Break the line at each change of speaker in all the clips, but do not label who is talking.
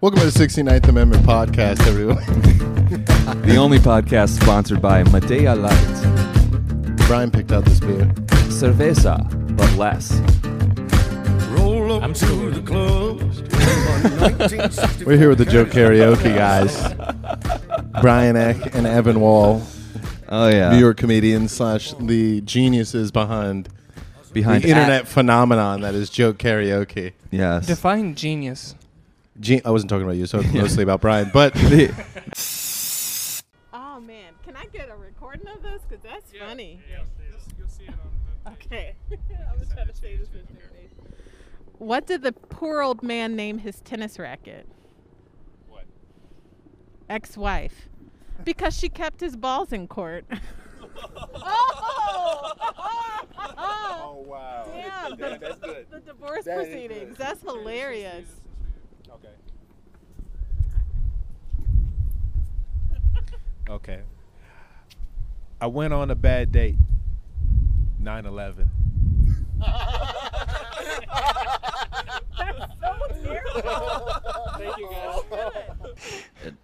Welcome to the 69th Amendment podcast, everyone.
The only podcast sponsored by Madea Light.
Brian picked out this beer.
Cerveza, but less.
Roll up I'm to the club.
We're here with the Joe Karaoke guys, Brian Eck and Evan Wall,
Oh, yeah.
New York comedians slash the geniuses behind the
Behind
internet phenomenon that is Joe Karaoke.
At, yes.
Define genius.
Gen- I wasn't talking about you, so mostly about Brian, but
The-
Oh man, can I get a recording of this? Cause that's funny. Okay, I'm gonna try to say this. in Japanese. What did the poor old man name his tennis racket?
What?
Ex-wife, because she kept his balls in court. oh! Oh wow! Damn, the,
that's good.
the divorce proceedings. That's hilarious.
Okay. Okay. I went on a bad date. 9 11.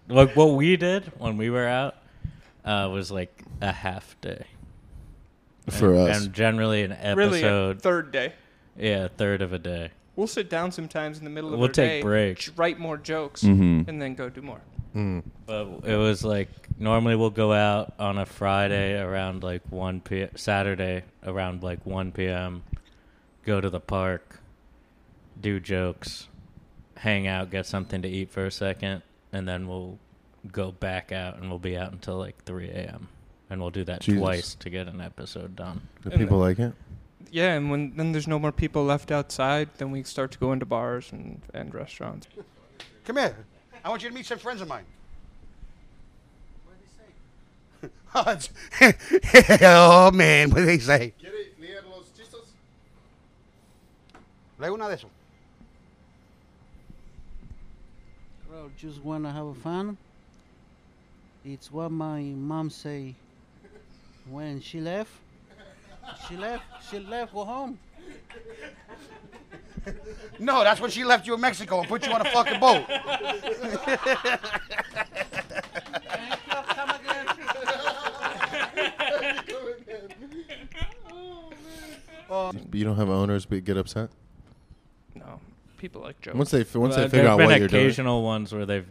Like what we did when we were out uh, was like a half day,
for
and,
us,
and generally an episode.
Really, a third day.
yeah, a third of a day.
We'll sit down sometimes in the middle of
We'll
our
take
day,
breaks.
j- write more jokes,
Mm-hmm.
and then go do more.
But it was like normally we'll go out on a Friday around like one p. Saturday around like one p.m. Go to the park, do jokes, hang out, get something to eat for a second, and then we'll go back out and we'll be out until like three a.m. And we'll do that
Jesus.
twice to get an episode done.
the people like it.
Yeah, and when then there's no more people left outside, then we start to go into bars and, and restaurants.
Come here. I want you to meet some friends of mine. What did they say? oh, man, what did they say? Play una de eso.
Bro, just wanna have fun. It's what my mom say when she left. She left. She left. Go home.
No, that's when she left you in Mexico and put you on a fucking boat.
You don't have owners, but get upset
No, people like jokes.
once they once
Uh,
they figure
there've
out
been
what you're doing.
occasional ones where they've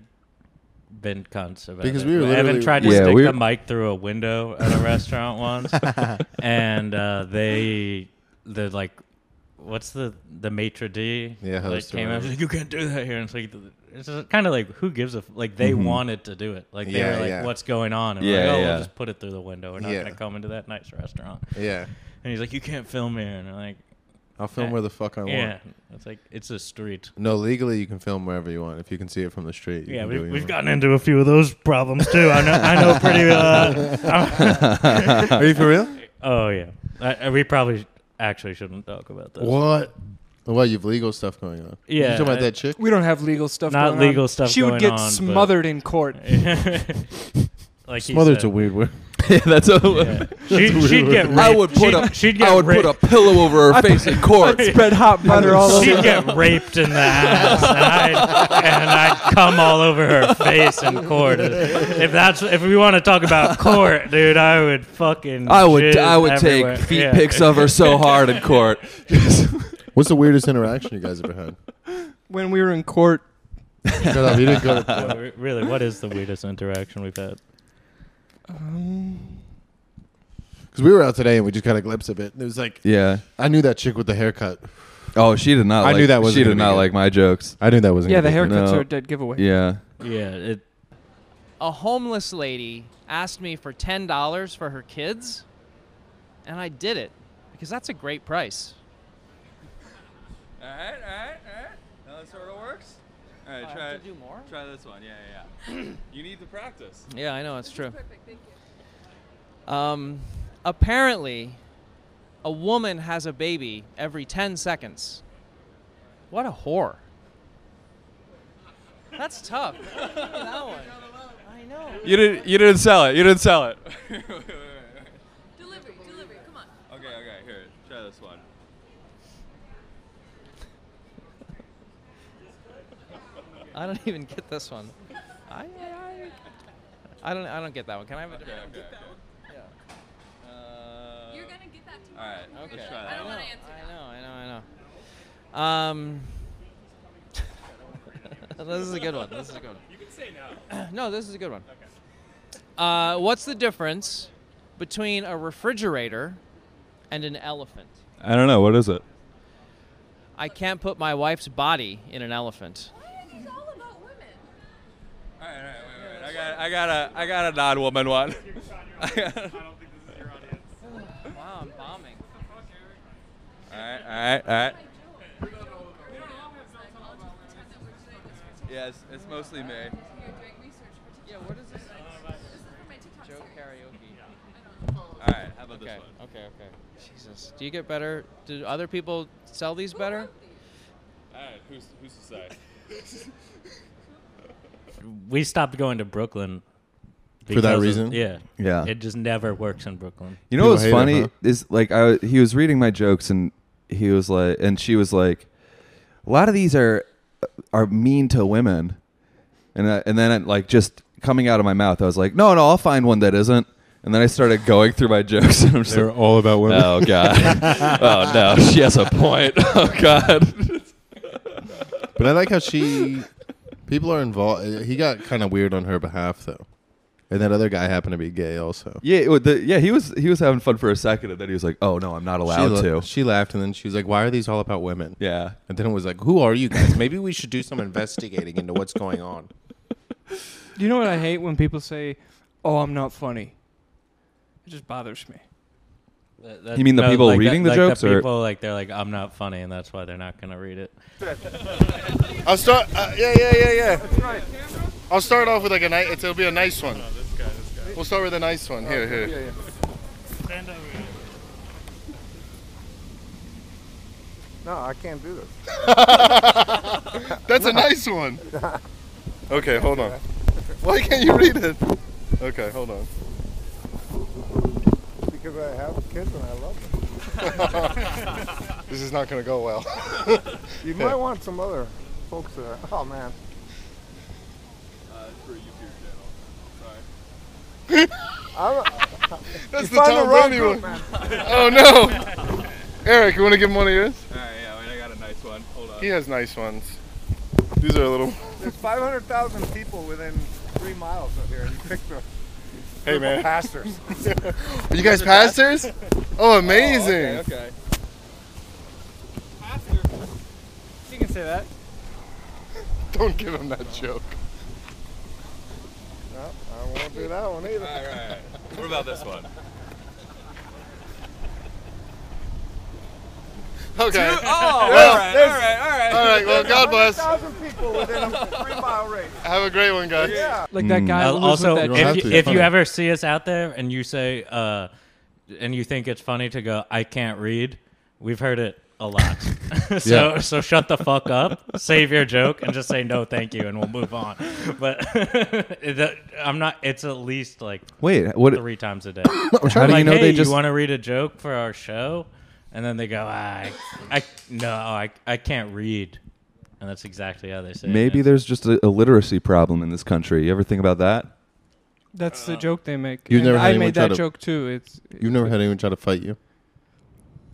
been cunts about
Because
it.
we were literally-
Evan tried to
Yeah,
stick
we were-
the mic through a window at a restaurant once, and uh, they the like, what's the the maitre d?
Yeah,
that
host or
came out
whatever.
like you can't do that here. And it's like it's kind of like who gives a f-? like they wanted to do it. Like they
Mm-hmm. Yeah,
were like,
yeah.
what's going on? And
Yeah,
we're like, oh,
yeah.
we'll just put it through the window. We're not
Yeah.
gonna come into that nice restaurant.
Yeah,
And he's like, you can't film here. And I'm like,
I'll film where the fuck I want.
yeah, it's like it's a street.
No, legally you can film wherever you want if you can see it from the street. you
Yeah,
can do
we've,
what you
we've
want.
gotten into a few of those problems too. I know, I know pretty. Uh,
Are you for real?
oh yeah, I, I- we probably actually shouldn't talk about that.
What? Well, you've legal stuff going on. you
Yeah,
talking about
I-
that chick?
we don't have legal stuff.
Not
going on.
legal stuff
She
going
would get
on, but-
smothered in court.
like he
Smothered's
said.
a weird word.
yeah, that's a,
She, would get. Raped.
I would put
she'd,
a
She'd get
I would
raped.
put a pillow over her face in court.
Spread hot butter all over.
She'd get raped in the ass, and I'd, and I'd come all over her face in court. If that's if we want to talk about court, dude, I would fucking.
I would
jizz
I would
everywhere.
take feet
Yeah.
pics of her so hard in court.
What's the weirdest interaction you guys ever had?
When we were in court,
Shut up! You didn't go to.
Well, re- really, what is the weirdest interaction we've had?
um,
Because we were out today and we just got a glimpse of it. And it was like,
yeah.
I knew that chick with the haircut.
Oh, she did not.
I
like,
knew that wasn't
She
gonna
did
be
not
good.
like my jokes.
I knew that wasn't.
yeah, the
gonna be
haircuts
No.
are a dead giveaway.
Yeah.
Yeah, it
a homeless lady asked me for $10 for her kids, and I did it because that's a great price.
All right, all right, all right. Now that sort of works. All right,
I have to do more?
Try this one. Yeah, yeah, yeah. you need the practice.
Yeah, I know, it's true. Um, apparently, a woman has a baby every 10 seconds. What a whore. That's tough. that one. I know.
You didn't. You didn't sell it. You didn't sell it. okay,
Delivery, delivery, come on.
okay. Here, try this one.
I don't even get this one. I, I, I don't I don't get that one. Can I have a different
okay, okay.
one? Uh,
You're gonna get that
All
tomorrow.
right.
Okay.
Let's try
I
that.
don't
one.
want to answer
I
that.
know, I know, I know. Um, this is a good one. This is a good one. You can say no. no, this is a good one. Okay. Uh, what's the difference between a refrigerator and an elephant?
I don't know. What is it?
I can't put my wife's body in an elephant.
This is all about women.
All right, all right, wait, wait, wait. I got, I got a, I got a non-woman one. I got- all
Wow, I'm bombing.
right, all right, all right. Yes, it's mostly me.
Yeah, what is this? Joe karaoke.
All right, how about
Okay.
this one?
Okay. Okay. Jesus. Do you get better? Do other people sell these better?
All right, who's, who's to say?
We stopped going to Brooklyn
For that
because of-
reason?
yeah,
Yeah.
It just never works in Brooklyn.
You know
People
what's
hate him,
funny
huh?
is like I he was reading my jokes and he was like and she was like a lot of these are are mean to women and I, and then it, like just coming out of my mouth I was like no no I'll find one that isn't and then I started going through my jokes and I'm just
They're
like,
all about women.
oh god oh no she has a point oh god
But I like how she. People are involved. uh, He got kind of weird on her behalf, though. And that other guy happened to be gay, also.
yeah it, wa- the, yeah he was he was having fun for a second and then he was like oh no I'm not allowed
she, la-
to
She laughed, and then she was like, "Why are these all about women?"
yeah
And then it was like, "Who are you guys? Maybe we should do some investigating into what's going on."
You know what I hate when people say, "Oh, I'm not funny." It just bothers me.
That- that-
You mean the people
like
reading the
like
jokes, or-
people like they're like, I'm not funny, and that's why they're not gonna read it.
I'll start. Uh, yeah, yeah, yeah, yeah. I'll start off with like a nice. It'll be a nice one. We'll start with a nice one. Here, here.
No, I can't do this.
That's a nice one. Okay, hold on. Why can't you read it? Okay, hold on.
Because I have kids and I love them.
This is not gonna go well.
You might want some other folks there. Oh, man.
Uh,
That's
You
the
found
Tom
the wrong
Brady
group,
one.
man.
Oh no. Eric, you wanna give him one of yours?
All right, yeah, wait, I got a nice one. Hold on.
He has nice ones. These are a little.
There's 500,000 people within three miles of here, and you picked the
Hey man.
pastors.
Are you guys pastors? Oh, amazing.
Okay, okay.
You can say that.
Don't give him that joke.
No, I won't do that one either.
All right, all right. What about this one?
Okay.
Oh,
Well,
all right, all right, all right.
All right. Well, God bless.
100,000 people within a three mile radius.
Have a great one, guys.
Yeah.
Like that
Mm.
guy.
Al-
who was
also,
with that
don't have
if,
to,
you,
it's
if you
funny.
ever see us out there and you say, uh, and you think it's funny to go, I can't read, we've heard it a lot. so,
Yeah.
so shut the fuck up, save your joke, and just say no, thank you, and we'll move on. But it- I'm not. It's at least like
wait what
three times a day.
how
I'm
do
like,
you know
hey,
they just
you want to read a joke for our show? And then they go, "Ah, I, I no, I, I can't read, and that's exactly how they say.
Maybe
it.
there's just a, a literacy problem in this country. You ever think about that?
That's the joke they make.
You've
And
never had
I
anyone
made
try
that
to-
joke too. It's
You've never had anyone try to fight you.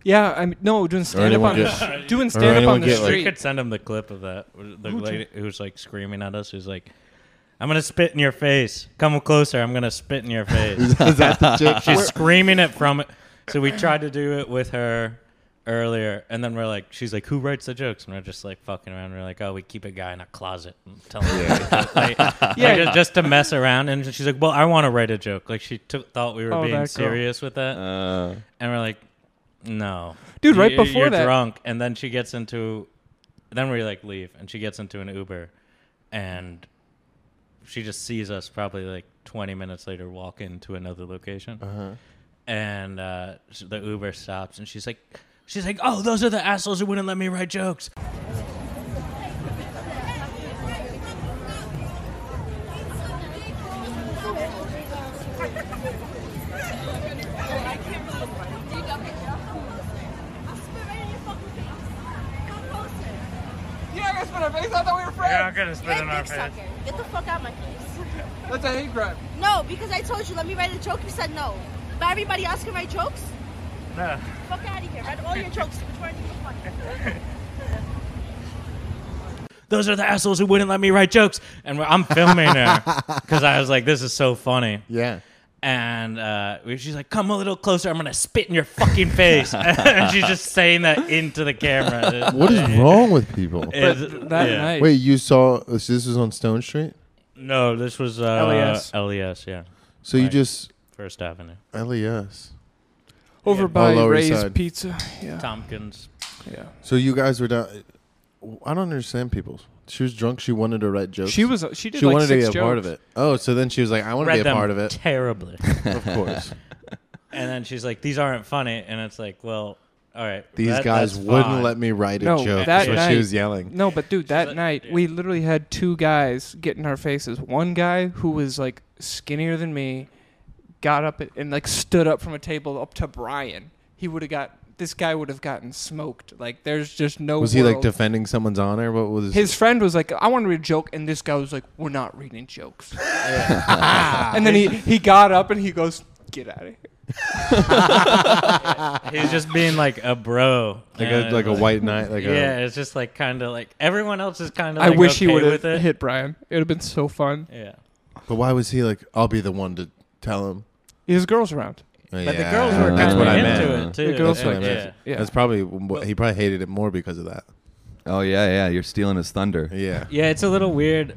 yeah. I mean, no doing stand up
anyone
on the
get-
sh- doing stand up
anyone
on the
get, like-
We
street.
could send him the clip of that. The lady who's like screaming at us, who's like, "I'm gonna spit in your face. Come closer. I'm gonna spit in your face."
Is that the joke?
She's screaming it from it. So we tried to do it with her earlier, and then we're like, "She's like, who writes the jokes?" And we're just like fucking around. We're like, "Oh, we keep a guy in a closet and tell him." like, like,
Yeah.
just, just to mess around. And she's like, "Well, I want to write a joke." Like she took, thought we were
Oh, that
being
girl. Uh.
serious with that,
Uh.
and we're like, "No."
Dude, right
You-
before
you're
that-
drunk, and then she gets into, then we like leave, and she gets into an Uber, and she just sees us probably like 20 minutes later walk into another location,
Uh-huh.
and uh, s- the Uber stops, and she's like, she's like, "Oh, those are the assholes who wouldn't let me write jokes."
I'll spit right in your fucking face. Come closer.
You know, I guess when I face, I thought we were
You're
not gonna spit
You're a
in our
dick sucker.
face.
Get the fuck out of my face.
That's a hate crime.
No, because I told you, let me write a joke. You said no. But everybody else can write jokes?
No.
Fuck out of here. Write all your jokes. Which one do you funny?
Those are the assholes who wouldn't let me write jokes. And we're- I'm filming her because I was like, this is so funny.
Yeah.
And uh, we- she's like, come a little closer. I'm going to spit in your fucking face. and she's just saying that into the camera.
What is wrong with people?
It's- yeah.
Wait, you saw oh, this was on Stone Street?
No, this was uh,
E
LES.
LES, yeah.
So you
Like,
just E
First Avenue.
LES.
Over
Yeah.
by
Oh, Lower East
Ray's
Side.
Pizza. Yeah.
Tompkins.
Yeah.
So you guys were down. I don't understand people. She was drunk. She wanted to write jokes.
She was- she did
She
like
wanted
six
to be a part of
jokes.
it. Oh, so then she was like, I want to
Read
be a
them
part of it.
Terribly.
of course.
and then she's like, these aren't funny. And it's like, well, all right.
These
that-
guys
that's
wouldn't
fine.
let me write a
no,
joke.
That
That's what
night,
she was yelling.
No, but dude, that night we literally had two guys get in our faces. One guy who was like skinnier than me got up and like stood up from a table up to Brian. He would have got this guy would have gotten smoked. Like there's just no
was he like
world-
defending someone's honor? What was
his friend was like, "I want to read a joke," and this guy was like, "We're not reading jokes." and then he he got up and he goes, "Get out of here."
He's just being like a bro,
Like a-
And
like a white knight, like a-
yeah, it's just like kind of like everyone else is kind of.
I
Like
wish he
okay
would
with
have
it.
hit Brian. It would have been so fun.
Yeah.
But why was he like? I'll be the one to tell him.
His girls around.
Oh,
But the
yeah.
girls were
That's
kinda
what I
into
meant.
it, too. The girls
That's what
were-
I meant.
yeah.
That's probably what he probably hated it more because of that.
Oh yeah, yeah. You're stealing his thunder.
Yeah.
Yeah, it's a little weird.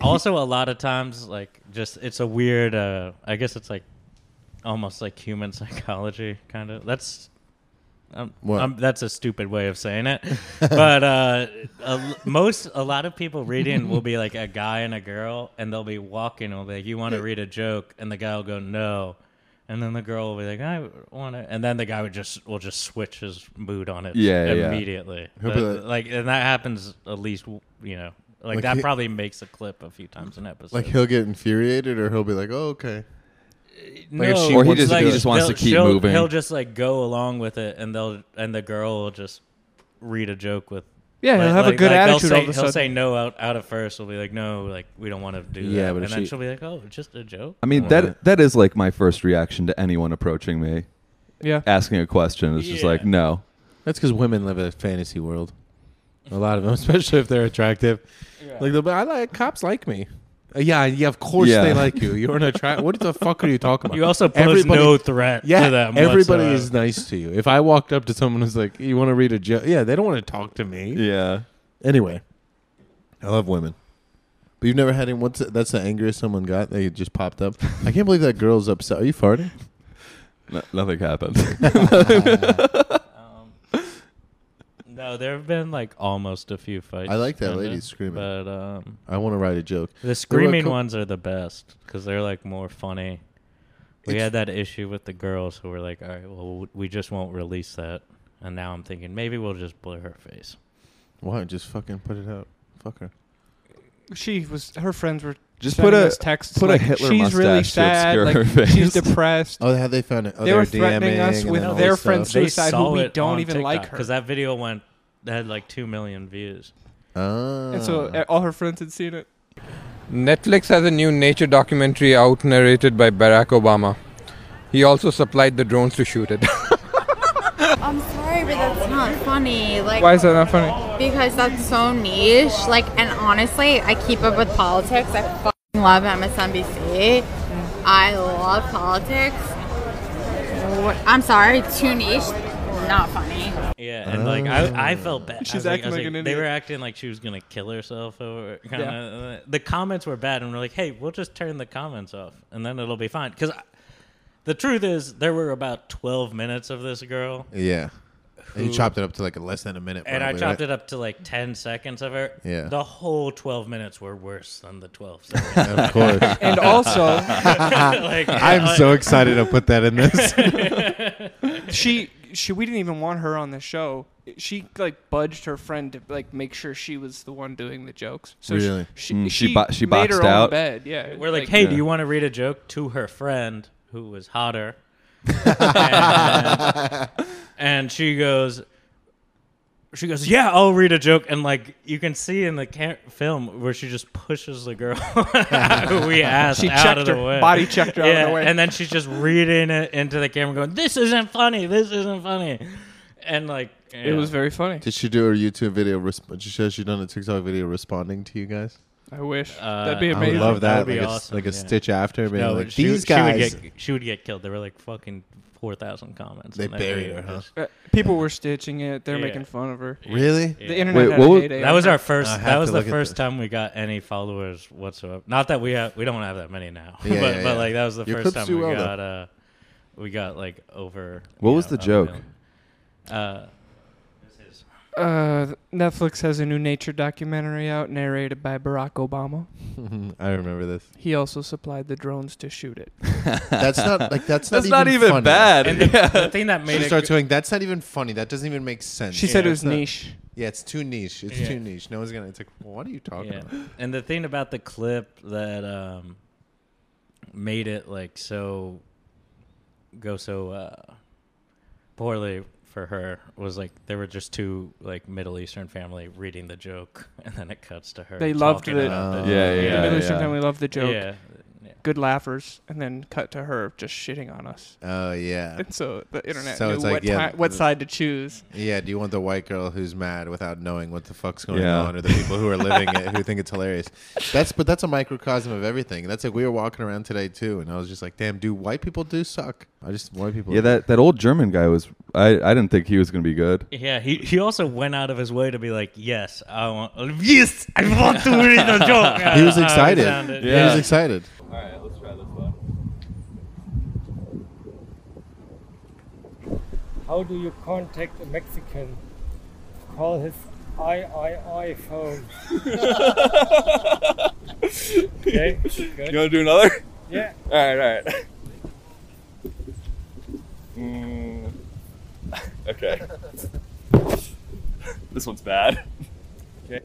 Also, a lot of times, like, just it's a weird. Uh, I guess it's like almost like human psychology, kind of. That's um,
What?
um, that's a stupid way of saying it, but uh, a, most a lot of people reading will be like a guy and a girl, and they'll be walking. And will be like, "You want to read a joke?" And the guy will go, "No." And then the girl will be like, "I want to," and then the guy would just will just switch his mood on it
Yeah, yeah.
immediately.
He'll be
But,
like-
like and that happens at least you know like,
Like
that
he-
probably makes a clip a few times an episode
Like he'll get infuriated, or he'll be like, "Oh, okay."
no,
if she
Or he
wants
just-
to
he
do it.
just wants to
they'll-
keep
she'll-
moving.
he'll just like go along with it and they'll and the girl will just read a joke with
Yeah, he'll
like-
have a
like-
good
like, they'll
attitude
say,
all of a
he'll
sudden.
say no out, out of first he'll be like no like we don't want to do
Yeah,
that
but
and
if
then
she-
she'll be like oh it's just a joke
I mean
Or-
Uh-huh.
that that is like my first reaction to anyone approaching me.
Yeah.
Asking a question is just like no.
That's because women live in a fantasy world. A lot of them, especially if they're attractive. Like they'll be, I like cops like me. Uh, yeah, yeah. Of course
Yeah.
they like you. You're an attract. what the fuck are you talking about?
You also pose no threat to
Yeah,
them
everybody
whatsoever.
is nice to you. If I walked up to someone who's like, "You want to read a joke?" Yeah, they don't want to talk to me.
Yeah.
Anyway, I love women. But you've never had any. What's the, that's the angriest someone got? They just popped up. I can't believe that girl's upset. Are you farting?
No, nothing happened.
no there have been like almost a few fights
I like that
kinda,
lady screaming.
but um
I want to write a joke.
The screaming
ones.
ones are the best because they're like more funny. We
It's-
had that issue with the girls who were like, "All right, well, we just won't release that." And now I'm thinking maybe we'll just blur her face.
Why? Just fucking put it out. Fuck her.
She was. Her friends were
Just
sending
put a-
us texts.
put a
like,
Hitler
she's really
mustache to
sad.
obscure
like,
her face."
She's depressed.
Oh, how they found it? Oh,
they
they
were
were
threatening
DMing
us
and
with
all
their
this
friend
stuff. They
suicide, who we don't even like her.
because that video went that had like two million views.
Ah.
And so uh, all her friends had seen it.
Netflix has a new nature documentary out narrated by Barack Obama. He also supplied the drones to shoot it.
I'm sorry, but that's not funny. Like,
Why is that not funny?
Because that's so niche. Like, and honestly, I keep up with politics. I fucking love MSNBC. I love politics. What, I'm sorry, too niche. Not funny.
Yeah, and like I, I felt bad. I
Ah. She's
was like- I
acting
was
like an
They
idiot.
were acting like she was gonna kill herself over kind of. The comments were bad, and we're like, "Hey, we'll just turn the comments off, and then it'll be fine." Because the truth is, there were about twelve minutes of this girl.
Yeah. And you
Who-
chopped it up to like less than a minute.
And I
probably,
chopped
right?
it up to like 10 seconds of her.
Yeah.
The whole 12 minutes were worse than the 12 seconds.
Of course.
And also-
Like,
I'm so excited to put that in this.
she she we didn't even want her on the show. She like budged her friend to like make sure she was the one doing the jokes. So she-
Really?
She
Mm,
she,
she bo- she
made her
boxed
own
out?
Bed. Yeah.
We're like, hey, do
Yeah.
you want to read a joke to her friend who was hotter? and, and she goes, she goes, "Yeah, I'll read a joke," and like you can see in the cam- film where she just pushes the girl who we asked
She
out
checked
of the
her-
way,
body checked her out of the
Yeah,
way.
and then she's just reading it into the camera, going, "This isn't funny. This isn't funny," and like yeah.
Did she do a YouTube video? Resp- she says she done a TikTok video responding to you guys.
I wish
Uh,
that'd be
I would
amazing.
love that.
That'd be
like a, s-
awesome,
like a
yeah.
stitch after, being
No,
like
she-
these
she would
guys.
get- she would get killed. There were like fucking four thousand comments.
They
on that
buried
video.
her, huh?
Uh, People were stitching it. They're
Yeah.
making fun of her.
Really?
The
Yeah.
internet.
Wait,
had
what
a
was-
heyday
That
on
was
her.
our first.
I have
That
to
was the
look at
first time we got any followers whatsoever. Not that we have. We don't have that many now.
Yeah,
but,
yeah, yeah.
but like that was the
Your
first
clips
time
do
we
well, though.
got. Uh, we got like over.
What
you
was
know,
the
a
joke?
million. Uh,
Uh, Netflix has a new nature documentary out, narrated by Barack Obama.
Mm-hmm. I remember this.
He also supplied the drones to shoot it.
That's not like that's not
That's
even,
not even
funny.
bad. And the- Yeah. the thing that made
she
it
starts
go-
going. That's not even funny. That doesn't even make sense.
She said it
Yeah,
was
it's not-
niche.
Yeah, it's too niche. It's
Yeah.
too niche. No one's gonna. It's like, what are you talking
yeah.
about?
And the thing about the clip that um, made it like so go so uh, poorly for her was like there were just two like Middle Eastern family reading the joke, and then it cuts to her.
They loved
talking
it.
about
Yeah, yeah,
joke.
The Middle
yeah.
Eastern family loved the joke.
Yeah.
Good laughers, and then cut to her just shitting on us.
Oh yeah.
And so the internet
So
knew
it's like,
what,
yeah,
ti- what
the-
side to choose.
Yeah. Do you want the white girl who's mad without knowing what the fuck's going
Yeah.
on, or the people who are living it who think it's hilarious? That's but that's a microcosm of everything. That's like we were walking around today too, and I was just like, damn, do white people do suck? I just white people.
Yeah, that, that old German guy was. I, I didn't think he was going to be good.
Yeah, he, he also went out of his way to be like, yes, I want, yes, I want to read the joke.
he was
Uh, uh,
excited.
sounded-
He was excited.
All right, let's try this one.
How do you contact a Mexican? Call his III phone. okay, good.
You want to do another?
Yeah.
All right, all right. Mm, okay.
This one's bad.
Okay.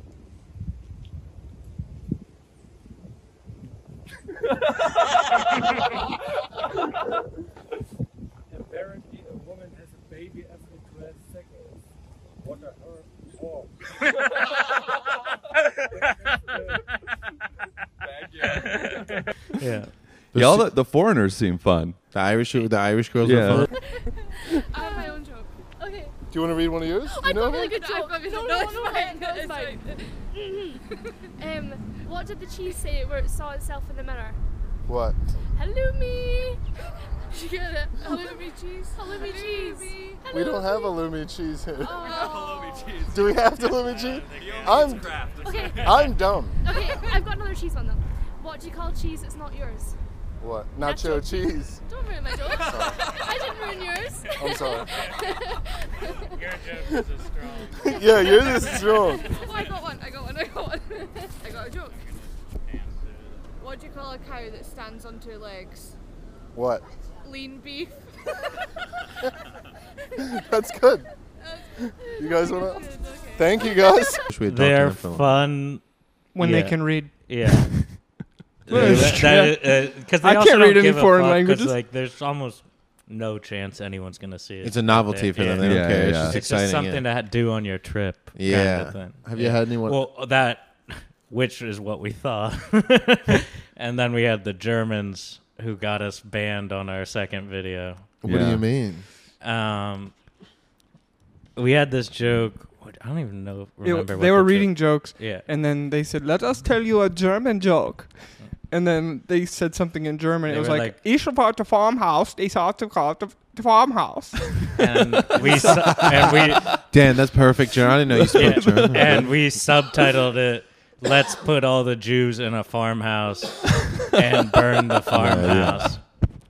Apparently, a woman has a baby after 12 seconds. What a her for.
Yeah.
Yeah, all the, the foreigners seem fun.
The Irish the Irish girls
yeah.
were fun.
I have my own joke. Okay.
Do you want to read one of yours? Do
I
you
got
know
a really good joke.
No, no, no, no, no, it's fine. um, what did the cheese say where it saw itself in the mirror?
What?
Hello me. Did you get it? Hello me cheese. Hello me cheese.
We don't have a Lumi cheese here.
Oh.
Do we have to Lumi cheese? I'm
Okay.
I'm dumb.
Okay, I've got another cheese one though. What do you call cheese that's not yours?
What? Nacho cheese.
Don't ruin my joke. I didn't ruin yours.
I'm sorry.
Your
joke is strong. Yeah, yours is strong.
Oh, I got one. I got one. I got one. I got a joke. What do you call a cow that stands on two legs?
What?
Lean beef.
That's good. You guys want to? Thank you guys.
They're fun
When they can read.
Yeah.
Well,
Because
yeah. I
they also
can't
don't
read any
give a
foreign
fuck 'cause,
languages.
Like, there's almost no chance anyone's gonna see it.
It's a novelty for them. They don't Yeah, care. It's yeah, just yeah. exciting,
just something
yeah.
to ha- do on your trip. kind of
Yeah.
thing.
Have you
Yeah.
had anyone-
Well, that which is what we thought, and then we had the Germans who got us banned on our second video.
What do you mean?
Um, we had this joke. what- I don't even know.
It-
Remember what
they were
the joke-
reading jokes,
Yeah.
and then they said, "Let us tell you a German joke," and then they said something in German.
They
it was
were
like, "Ich war to farmhouse, ich war to call to to farmhouse."
And we su- and we
Dan, that's perfect, German. I didn't know you spoke
Yeah.
German.
And we subtitled it Let's Put All the Jews in a Farmhouse and Burn the Farmhouse.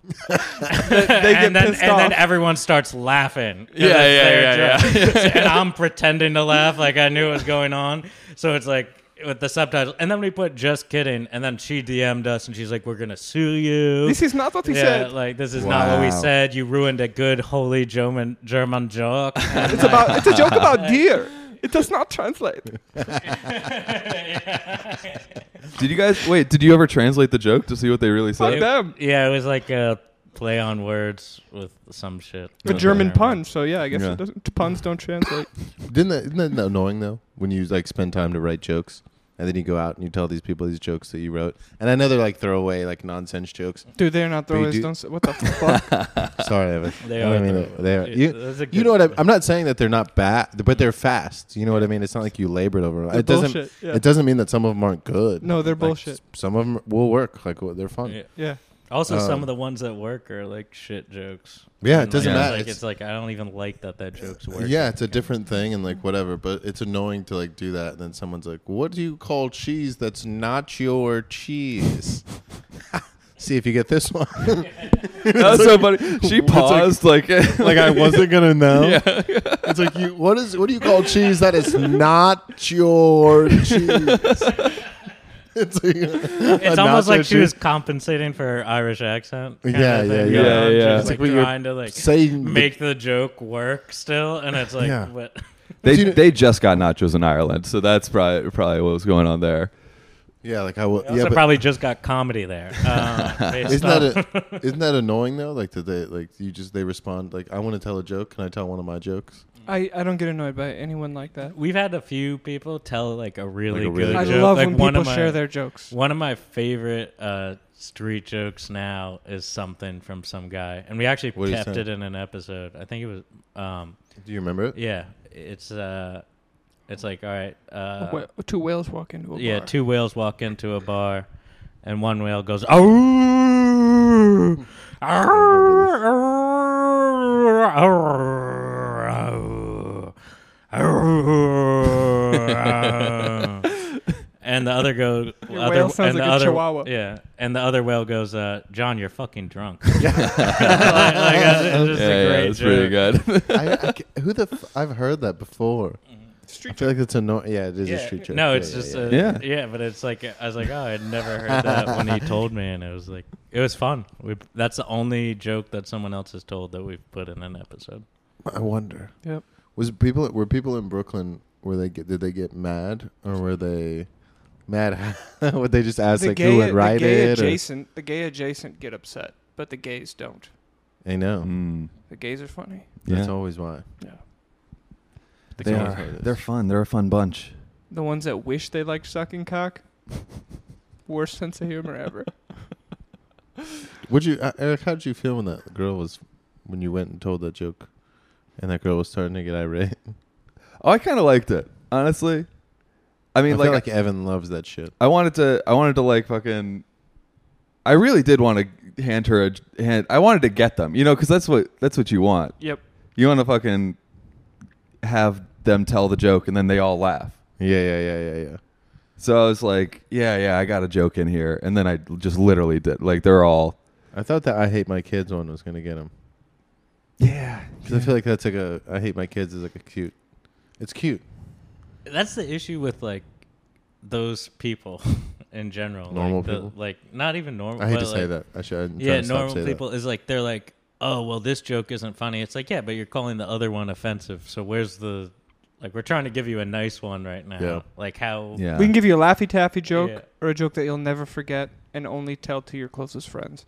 They- they get
and, then,
pissed
and then
off.
everyone starts laughing. 'cause
Yeah,
it's
yeah,
their
yeah,
joke.
yeah.
and I'm pretending to laugh like I knew what was going on. So it's like with the subtitles. And then we put just kidding. And then she DM'd us and she's like, We're going to sue you.
This is not what we
Yeah,
said.
Like, this is not what we
Wow.
said. You ruined a good, holy German, German joke.
it's about it's a joke about deer. It does not translate.
Did you guys wait? Did you ever translate the joke to see what they really said?
It- Yeah, it was like a play on words with some shit.
A German pun, so yeah, I guess
Yeah.
It doesn't, puns don't translate.
Didn't that, isn't that annoying though? When you like spend time to write jokes, and then you go out and you tell these people these jokes that you wrote, and I know they're like throwaway, like nonsense jokes.
Dude, they're not
but you
throwaways.
do-
Don't say, what the fuck?
Sorry, Evan.
They
I don't
are
mean
throw-
it. They are.
Dude, that's a
You, you
good-
know what? I'm, I'm not saying that they're not bad, but they're fast. You know what I mean? It's not like you labored over them.
They're
It doesn't.
bullshit, yeah.
It doesn't mean that some of them aren't good.
No, they're
Like,
bullshit.
s- Some of them will work. Like w- they're fun.
Also, some
Um,
of the ones that work are like shit jokes.
Yeah, it
And,
doesn't
like,
matter.
Like,
It's-
it's like I don't even like that that joke's work.
Uh, Yeah, it's a different thing and Mm-hmm. like whatever, but it's annoying to like do that. And then someone's like, "What do you call cheese that's not your cheese?" See if you get this one.
That was
It's
so
like-
funny. She
it's
paused, like-
like, I wasn't gonna know.
Yeah.
it's like you. What is? What do you call cheese that is not your cheese? it's like
It's almost like she was compensating for her Irish accent. kind
Yeah,
of
yeah,
thing,
yeah.
you know,
Yeah,
and
yeah.
just,
It's
like,
like when you're
trying to like
saying the-
make the, joke work still, and it's like,
Yeah.
what?
They they just got nachos in Ireland, so that's probably probably what was going on there.
Yeah, like I will.
also
yeah, but-
probably just got comedy there. Uh, based
isn't that
off-
a, isn't that annoying though? Like that they like you just they respond like I want to tell a joke. Can I tell one of my jokes?
I, I don't get annoyed by anyone like that.
We've had a few people tell like a really,
Like a really
good
good
joke.
I love
Like,
when
one of
people
my-
share their jokes.
One of my favorite uh, street jokes now is something from some guy, and we actually
What do you
kept
say?
it in an episode. I think it was. Um,
Do you remember it?
Yeah, it's uh, it's like all right. Uh,
wha- two whales walk into a
yeah,
bar.
two whales walk into a bar, and one whale goes oh. and the other go
Your
other,
whale sounds
and
like
the
a
other,
chihuahua.
Yeah, and the other whale goes, uh, "John, you're fucking drunk." Like- like, that's just a great joke.
I, I ca- who the f- I've heard that before. Street I feel like it's annoying. Yeah, it is a
Yeah,
street joke.
No,
Yeah,
it's
yeah,
just
yeah.
A, yeah, But it's like I was like, oh, I'd never heard that when he told me, and it was like it was fun. We, that's the only joke that someone else has told that we've put in an episode.
I wonder.
Yep.
Was people were people in Brooklyn? Were they get, did they get mad or were they mad? would they just ask
the
like
gay,
who would write
the gay
it? or-
Adjacent, the gay adjacent get upset, but the gays don't.
I know.
Mm.
The gays are funny.
That's
Yeah.
always why.
Yeah.
They
That's always
are.
what it is.
They're fun. They're a fun bunch.
The ones that wish they liked sucking cock. Worst sense of humor ever.
Would you, uh, Eric? How did you feel when that girl was, when you went and told that joke, and that girl was starting to get irate?
Oh, I kind of liked it, honestly. I mean,
I feel
like,
like Evan loves that shit.
I wanted to. I wanted to like fucking. I really did want to hand her a j- hand. I wanted to get them, you know, because that's what that's what you want.
Yep.
You want to fucking have them tell the joke and then they all laugh.
Yeah, yeah, yeah, yeah, yeah.
So I was like, yeah, yeah, I got a joke in here, and then I just literally did. Like they're all.
I thought that I hate my kids one was gonna get him.
Yeah,
because I feel like that's like a I hate my kids is like a cute. It's cute.
That's the issue with like those people in general.
Normal
like, the-
people?
like not even normal.
I hate
but,
to say
like-
that. I should- I'm trying
yeah,
to stop
normal
saying that.
people is like they're like, oh well, this joke isn't funny. It's like yeah, but you're calling the other one offensive. So where's the like we're trying to give you a nice one right now.
Yeah.
Like how
We can give you a laffy taffy joke
Yeah.
or a joke that you'll never forget and only tell to your closest friends.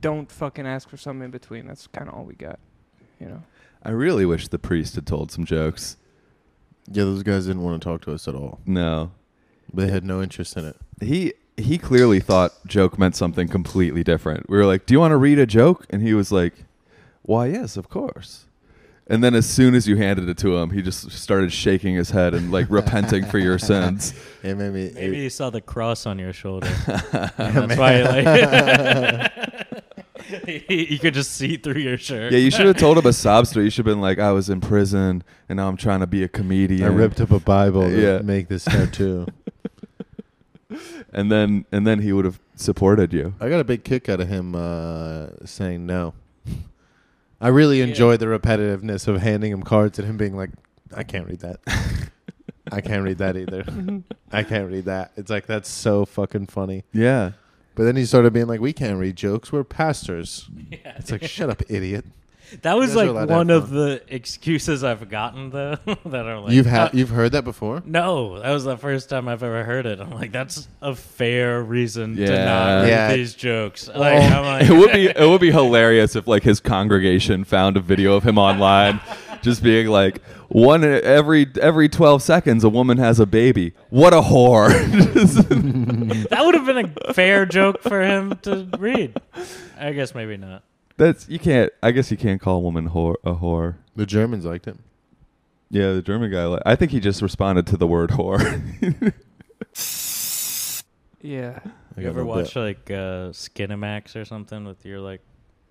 Don't fucking ask for some in between. That's kind of all we got. You know.
I really wish the priest had told some jokes.
Yeah, those guys didn't want to talk to us at all.
No,
they had no interest in it.
He he clearly thought joke meant something completely different. We were like, "Do you want to read a joke?" And he was like, "Why, yes, of course." And then as soon as you handed it to him, he just started shaking his head and like repenting for your sins.
It made me.
Maybe you saw the cross on your shoulder. And
Yeah,
that's why,
man.
like, you you could just see through your shirt.
Yeah, you should have told him a sob story. You should have been like, "I was in prison and now I'm trying to be a comedian."
I ripped up a Bible to
Yeah.
make this tattoo.
and then and then he would have supported you.
I got a big kick out of him uh, saying no. I really enjoyed the repetitiveness of handing him cards and him being like, "I can't read that. I can't read that either. I can't read that." It's like that's so fucking funny.
Yeah.
But then he started being like, "We can't read jokes. We're pastors."
Yeah.
It's like, "Shut up, idiot."
That was
guys are
like
allowed to
one
have
of the excuses I've gotten though that are like
You've had-
uh,
you've heard that before?
No, that was the first time I've ever heard it. I'm like, that's a fair reason to
Yeah.
not read
Yeah. Oh.
these jokes. Like, I'm like,
it would be it would be hilarious if like his congregation found a video of him online, just being like one every every twelve seconds a woman has a baby. What a whore!
that would have been a fair joke for him to read. I guess maybe not.
That's you can't. I guess you can't call a woman whore a whore.
The Germans liked it.
Yeah, the German guy. Li- I think he just responded to the word whore.
Yeah.
You
got
ever
no
watch like uh, Skinemax or something with your like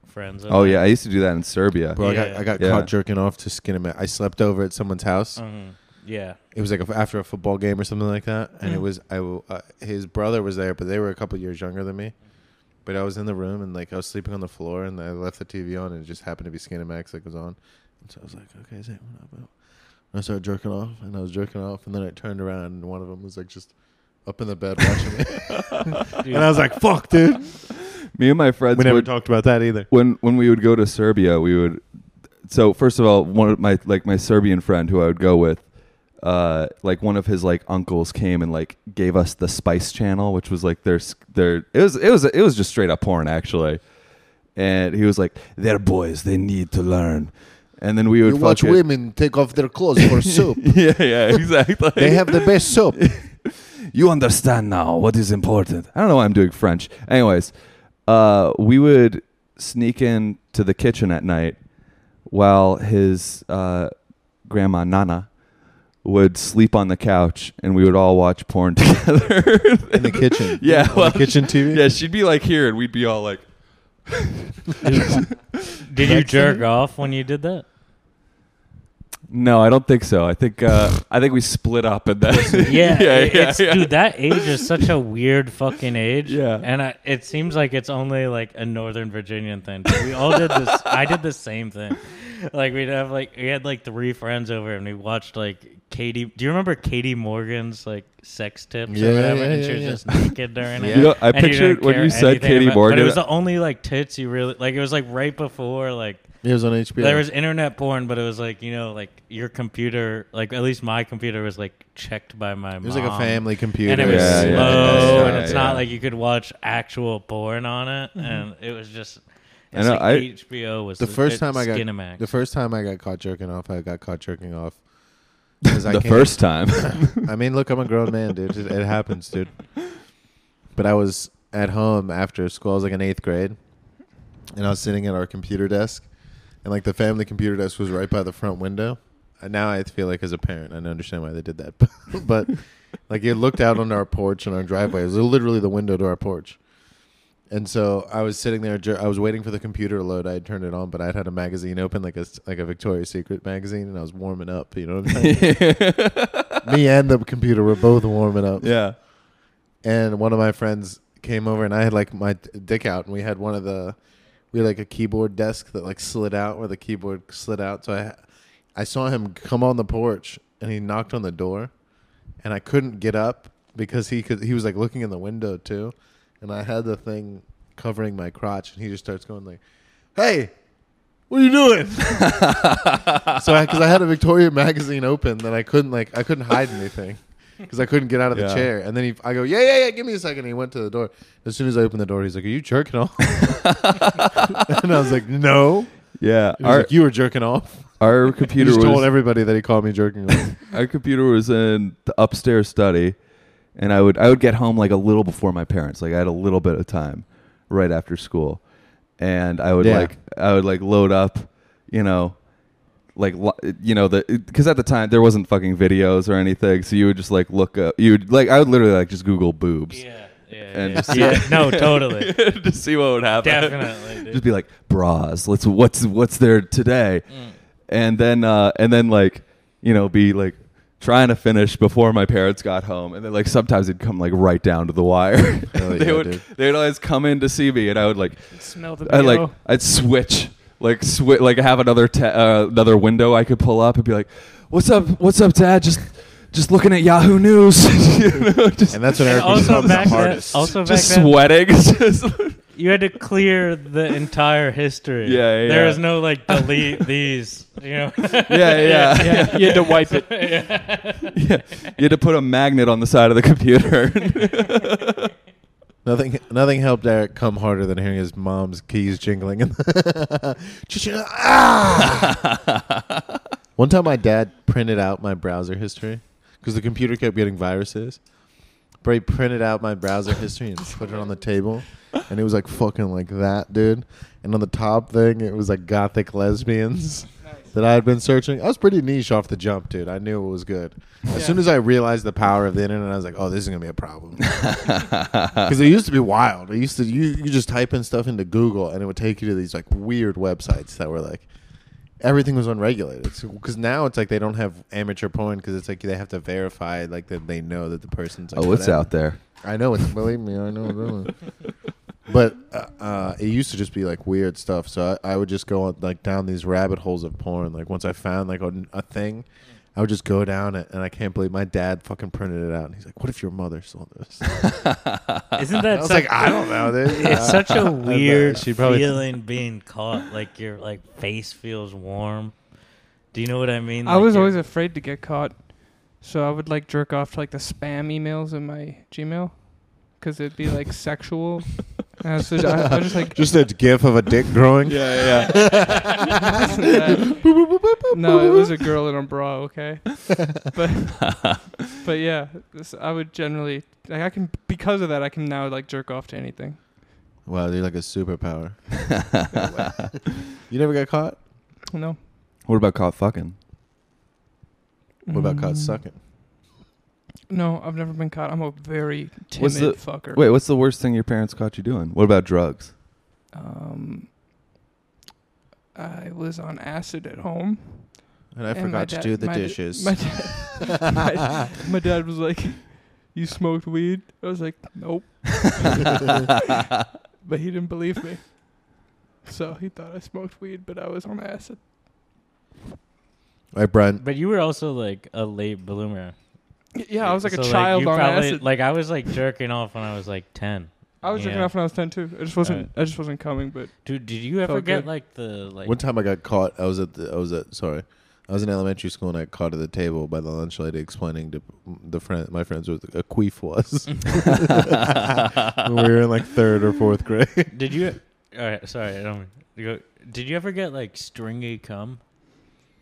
friends?
Oh, yeah, I used to do that in Serbia.
Bro, I
Yeah.
got, I got
Yeah.
caught jerking off to Skinemax. I slept over at someone's house.
Mhm. Yeah.
it was like a, after a football game or something like that, and it
Mm.
was I. w- Uh, his brother was there, but they were a couple years younger than me. But I was in the room and like I was sleeping on the floor, and I left the TV on, and it just happened to be Skinemax like was on, and so I was like, okay, is anyone up? And I started jerking off, and I was jerking off, and then I turned around, and one of them was like just up in the bed watching me, and I was like, fuck, dude.
Me and my friends.
We never
would-
talked about that either.
When when we would go to Serbia, we would. So first of all, one of my like my Serbian friend who I would go with, uh, like one of his like uncles came and like gave us the Spice Channel, which was like their s- their it was it was it was just straight up porn actually, and he was like, "They're boys, they need to learn," and then we would
You watch
fucking-
women take off their clothes for soup.
yeah, yeah, exactly.
They have the best soap.
you understand now what is important. I don't know why I'm doing French. Anyways, uh, we would sneak in to the kitchen at night while his uh, grandma Nana would sleep on the couch, and we would all watch porn together in
the kitchen.
yeah,
On the kitchen TV?
Yeah, she'd be like here, and we'd be all like.
Did you jerk off when you did that?
No, I don't think so. I think uh, I think we split up and then
yeah, it- it's, dude, that age is such a weird fucking age. Yeah, and I, it seems like it's only like a Northern Virginian thing. but We all did this. I did the same thing. Like we'd have like we had like three friends over and we watched like Katie. Do you remember Katie Morgan's like sex tips
Yeah,
or whatever?
yeah,
and
yeah,
she was
yeah.
just naked during it.
You know, I
And you
pictured
didn't
when
care
you said
anything
Katie
about-
Morgan-
but it was the only like tits you really like. It was like right before like
It was on HBO.
There was internet porn, but it was like you know like your computer, like at least my computer was like checked by my
It was like a
mom.
family computer.
And it was
Yeah,
slow,
yeah, yeah, yeah,
and it's
yeah.
not like you could watch actual porn on it. And it was just, it's like HBO was
Mm-hmm. the first time I got
Skinemax.
the first time I got caught jerking off. I got caught jerking off. 'Cause I
The
came-
first time.
I mean, look, I'm a grown man, dude. It, it happens, dude. But I was at home after school. I was like in eighth grade, and I was sitting at our computer desk, and like the family computer desk was right by the front window. And now I feel like as a parent, I don't understand why they did that, but like it looked out on our porch and our driveway. It was literally the window to our porch. And so I was sitting there. jer- I was waiting for the computer to load. I had turned it on, but I would had a magazine open, like a s- like a Victoria's Secret magazine, and I was warming up. You know what I'm saying? Me and the computer were both warming up.
Yeah.
And one of my friends came over, and I had like my d- dick out, and we had one of the we had like a keyboard desk that like slid out, where the keyboard slid out. So I I saw him come on the porch, and he knocked on the door, and I couldn't get up because he could. He was like looking in the window too, and I had the thing covering my crotch, and he just starts going like, "Hey, what are you doing?" so because I, had a Victoria magazine open, that I couldn't like I couldn't hide anything because I couldn't get out of the
Yeah.
chair, and then he, I go, "Yeah, yeah, yeah, give me a second. And he went to the door. As soon as I opened the door, he's like, "Are you jerking off?" and I was like, "No."
Yeah,
He was
our-
like, you were jerking off.
our
He
computer
just told
was-
everybody that he called me jerking off.
our computer was in the upstairs study, and I would I would get home like a little before my parents. Like I had a little bit of time right after school, and I would
Yeah.
like I would like load up, you know, like lo- you know the because at the time there wasn't fucking videos or anything, so you would just like look up. You would like I would literally like just Google boobs. Yeah.
yeah. Yeah, no, totally.
to see what would happen.
Definitely, dude.
Just be like bras. Let's what's what's there today,
Mm.
and then uh, and then like you know be like trying to finish before my parents got home, and then like sometimes it'd come like right down to the wire.
Hell
they
yeah,
would
dude.
they would always come in to see me, and I would like
Smell the
I like
BO.
I'd switch like swi like have another ta- uh, another window I could pull up and be like, what's up what's up dad just. Just looking at Yahoo News, you know, just-
and that's what
And also back then, also back
just
then,
sweating. Just-
You had to clear the entire history.
Yeah, yeah,
There
yeah.
is no like delete these. You know.
yeah, yeah,
You had to
wipe it. Yeah. You had to put a magnet on the side of the computer.
Nothing, nothing helped Eric come harder than hearing his mom's keys jingling. in the- Ch-ch- ah! One time, my dad printed out my browser history because the computer kept getting viruses. But he printed out my browser history and put it on the table, and it was like fucking like that, dude. And on the top thing, it was like gothic lesbians that I had been searching. I was pretty niche off the jump, dude. I knew it was good. As soon as I realized the power of the internet, I was like, oh, this is gonna be a problem. Because it used to be wild. It used to you you just type in stuff into Google and it would take you to these like weird websites that were like everything was unregulated. Because now it's like they don't have amateur porn because it's like they have to verify like that they know that the person's. Like,
Oh, it's
whatever.
out there.
I know it's. Believe me, I know. Really. but uh, uh, it used to just be like weird stuff. So I, I would just go on, like down these rabbit holes of porn. Like once I found like a, a thing. I would just go down it, and I can't believe my dad fucking printed it out. And he's like, "What if your mother saw this?"
Isn't
And
that
I was
such-
like, I don't know. This
It's such
I
a
bet
weird
she probably-
feeling being caught. Like your like face feels warm. Do you know what I mean?
I
Like,
was
you're-
always afraid to get caught, so I would like jerk off to like the spam emails in my Gmail, because it'd be like sexual. And I was just, I, I was just like
just a gif of a dick growing.
yeah,
no, it was a girl in a bra. Okay, but but yeah, this, I would generally like I can because of that I can now like jerk off to anything.
Wow, you're like a superpower. you never got caught.
No,
What about caught fucking?
What about
Mm.
caught sucking?
no, I've never been caught. I'm a very timid
What's the
fucker.
wait? What's the worst thing your parents caught you doing? What about drugs?
Um, I was on acid at home.
And I
my
forgot to
dad-
do the
my da-
dishes.
my, da- my, my dad was like, "You smoked weed?" I was like, "Nope," but he didn't believe me. So he thought I smoked weed, but I was on acid.
All right, Brian.
But you were also like a late bloomer.
Y- yeah, I was like a
So,
child
you
on
probably-
acid.
Like I was like jerking off when I was like ten.
I was
you
jerking
know?
off when I was ten too. I just wasn't. I just wasn't coming. But
dude, did you ever
felt
get
good.
like the like?
One time I got caught. I was at the. I was at. Sorry, I was in elementary school and I got caught at the table by the lunch lady explaining to the friend, my friends, what a queef was. When we were in like third or fourth grade.
Did you? All right, sorry, I don't. you go- Did you ever get like stringy cum?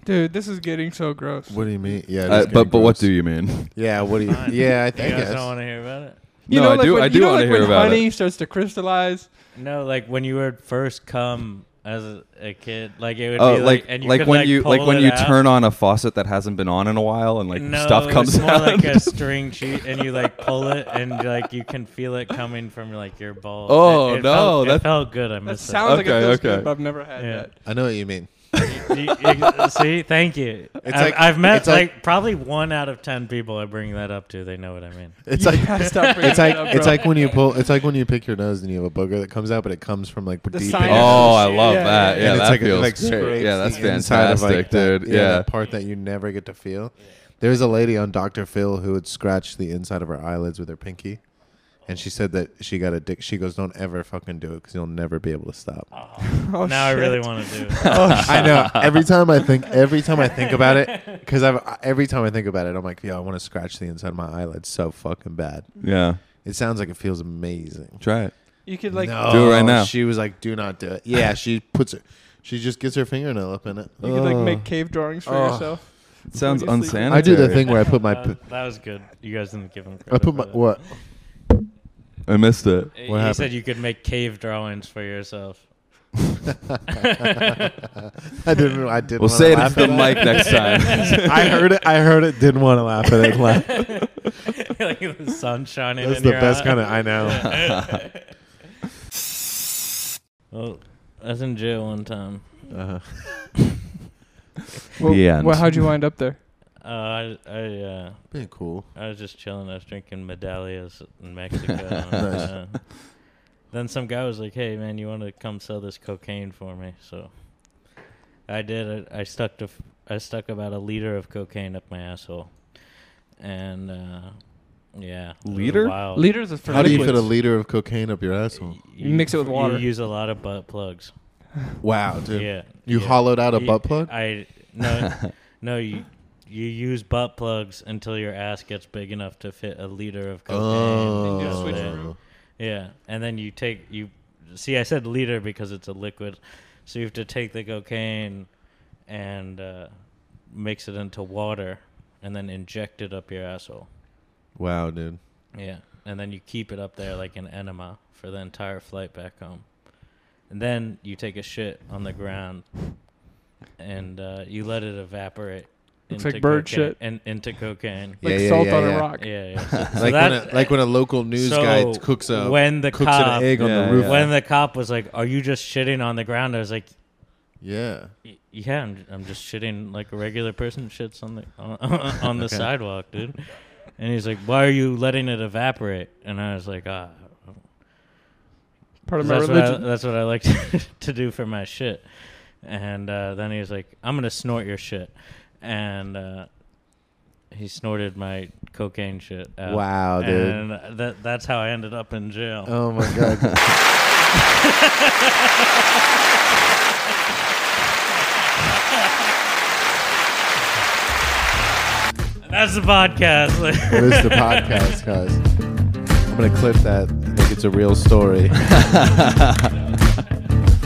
dude, this is getting so gross.
What do you mean? Yeah,
Uh,
that's
but but what
gross.
do you mean?
Yeah, what do you?
Fine.
Yeah, I
You
think.
guys
I
don't want to hear about it.
You
No,
know,
I
like
do-
when,
I do
you know,
wanna
like
hear
when
about it.
honey starts to crystallize.
No, like when you were first come as a, a kid, like it would
Oh,
be
like
like, and you
like
could,
when you
pull
like when
it
you
out.
turn on a faucet that hasn't been on in a while and like
no,
stuff comes
it's more
out.
like a string cheat, and you like pull it, and like you can feel it coming from like your balls.
Oh,
It- it
no,
felt,
that-
it felt good. I
That
miss
sounds like it
Okay,
feels
okay.
good, but I've never had
Yeah.
that.
I know what you mean.
it. You- you- See, thank you.
It's
I've,
like-
I've met
it's like-
like, probably one out of ten people I bring that up to. They know what I mean.
It's like
Yeah, stop bringing
it's like
it up,
it's
bro.
like when you pull it's like when you pick your nose and you have a booger that comes out, but it comes from like
The
deep.
sinus.
in-
Oh, I love
Yeah,
that.
And
Yeah,
it's
that
like, it,
feels
like,
great.
scrapes
Yeah, that's
the inside of, like,
fantastic,
that-
dude.
yeah,
Yeah.
that part that you never get to feel. There was a lady on Doctor Phil who had scratched the inside of her eyelids with her pinky, and she said that she got a dick. She goes, "Don't ever fucking do it because you'll never be able to stop."
Oh,
now I really
shit.
want to do it.
I know. Every time I think, every time I think about it, because I've every time I think about it, I'm like, yo, I want to scratch the inside of my eyelid so fucking bad.
Yeah.
It sounds like it feels amazing.
Try it.
You could like
No,
Do it right now.
She was like, "Do not do it." Yeah, she puts her. She just gets her fingernail up in it.
you could like
Oh.
make cave drawings for
Oh.
yourself.
It sounds
When you sleep.
unsanitary.
I do the thing where I put my.
That
p-
was- that was good. You guys didn't give him credit.
I put my
for that.
what?
I missed it.
Uh, He
What happened?
said you could make cave drawings for yourself.
I didn't. I didn't.
We'll
wanna
say it
laugh
into the
at that.
mic next time.
I heard it. I heard it. Didn't want to laugh at it. Laugh.
like the sun shining.
That's
in
the
your
best
eye.
kinda- I know.
Yeah. well, I was in jail one time.
Uh-huh.
Well,
The end.
well, how'd you wind up there?
Uh, I, I uh,
Being cool.
I was just chilling. I was drinking medallias in Mexico. and,
Nice.
uh, then some guy was like, "Hey, man, you want to come sell this cocaine for me?" So I did. I, I stuck to. f- I stuck about a liter of cocaine up my asshole, and uh, Yeah.
Leader?
Wow.
Leader's a for
How do you fit
liquids.
a liter of cocaine up your asshole?
You- You use a lot of butt plugs.
Wow, dude.
Yeah.
You
yeah.
hollowed out a
You-
butt plug?
I no, no. You you use butt plugs until your ass gets big enough to fit a liter of cocaine.
Oh.
And
Yeah, switch
then-
room.
Yeah, and then you take you. See, I said liter because it's a liquid, so you have to take the cocaine and uh, mix it into water, and then inject it up your asshole.
Wow, dude.
Yeah, and then you keep it up there like an enema for the entire flight back home, and then you take a shit on the ground, and uh, you let it evaporate.
Looks
into
like bird
cocaine-
shit.
and into cocaine,
Like Yeah, yeah, salt yeah, on a yeah. rock.
Yeah, yeah. So- so
Like when
that-
a- like when a local news guy
so
cooks a-
when the
cooks an
cop,
egg on the Yeah, roof. yeah.
When the cop was like, "Are you just shitting on the ground?" I was like,
"Yeah,
yeah, I'm, I'm just shitting like a regular person shits on the on, on the
Okay.
sidewalk, dude." And he's like, "Why are you letting it evaporate?" And I was like, "Ah,
Part of my
that's what I-
religion.
that's what I like to, to do for my shit. And uh, then he was like, I'm going to snort your shit. And uh, he snorted my cocaine shit. Out.
Wow, dude.
And that, that's how I ended up in jail.
Oh my God.
that's the podcast.
That is the podcast, guys. I'm gonna clip that. I think it's a real story.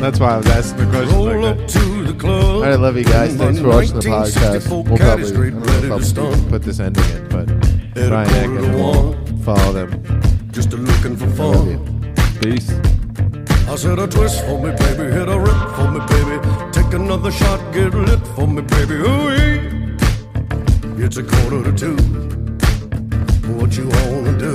That's why I was asking the question. Like that. All right, I love you guys. Thanks for watching the podcast. We'll probably, I don't know if I'll put this ending in, but Brian Egan will follow them.
Just a looking for fun.
Peace.
I said a twist for me, baby. Hit a rip for me, baby. Take another shot, get lit for me, baby. Ooh, it's a quarter to two. What you wanna do?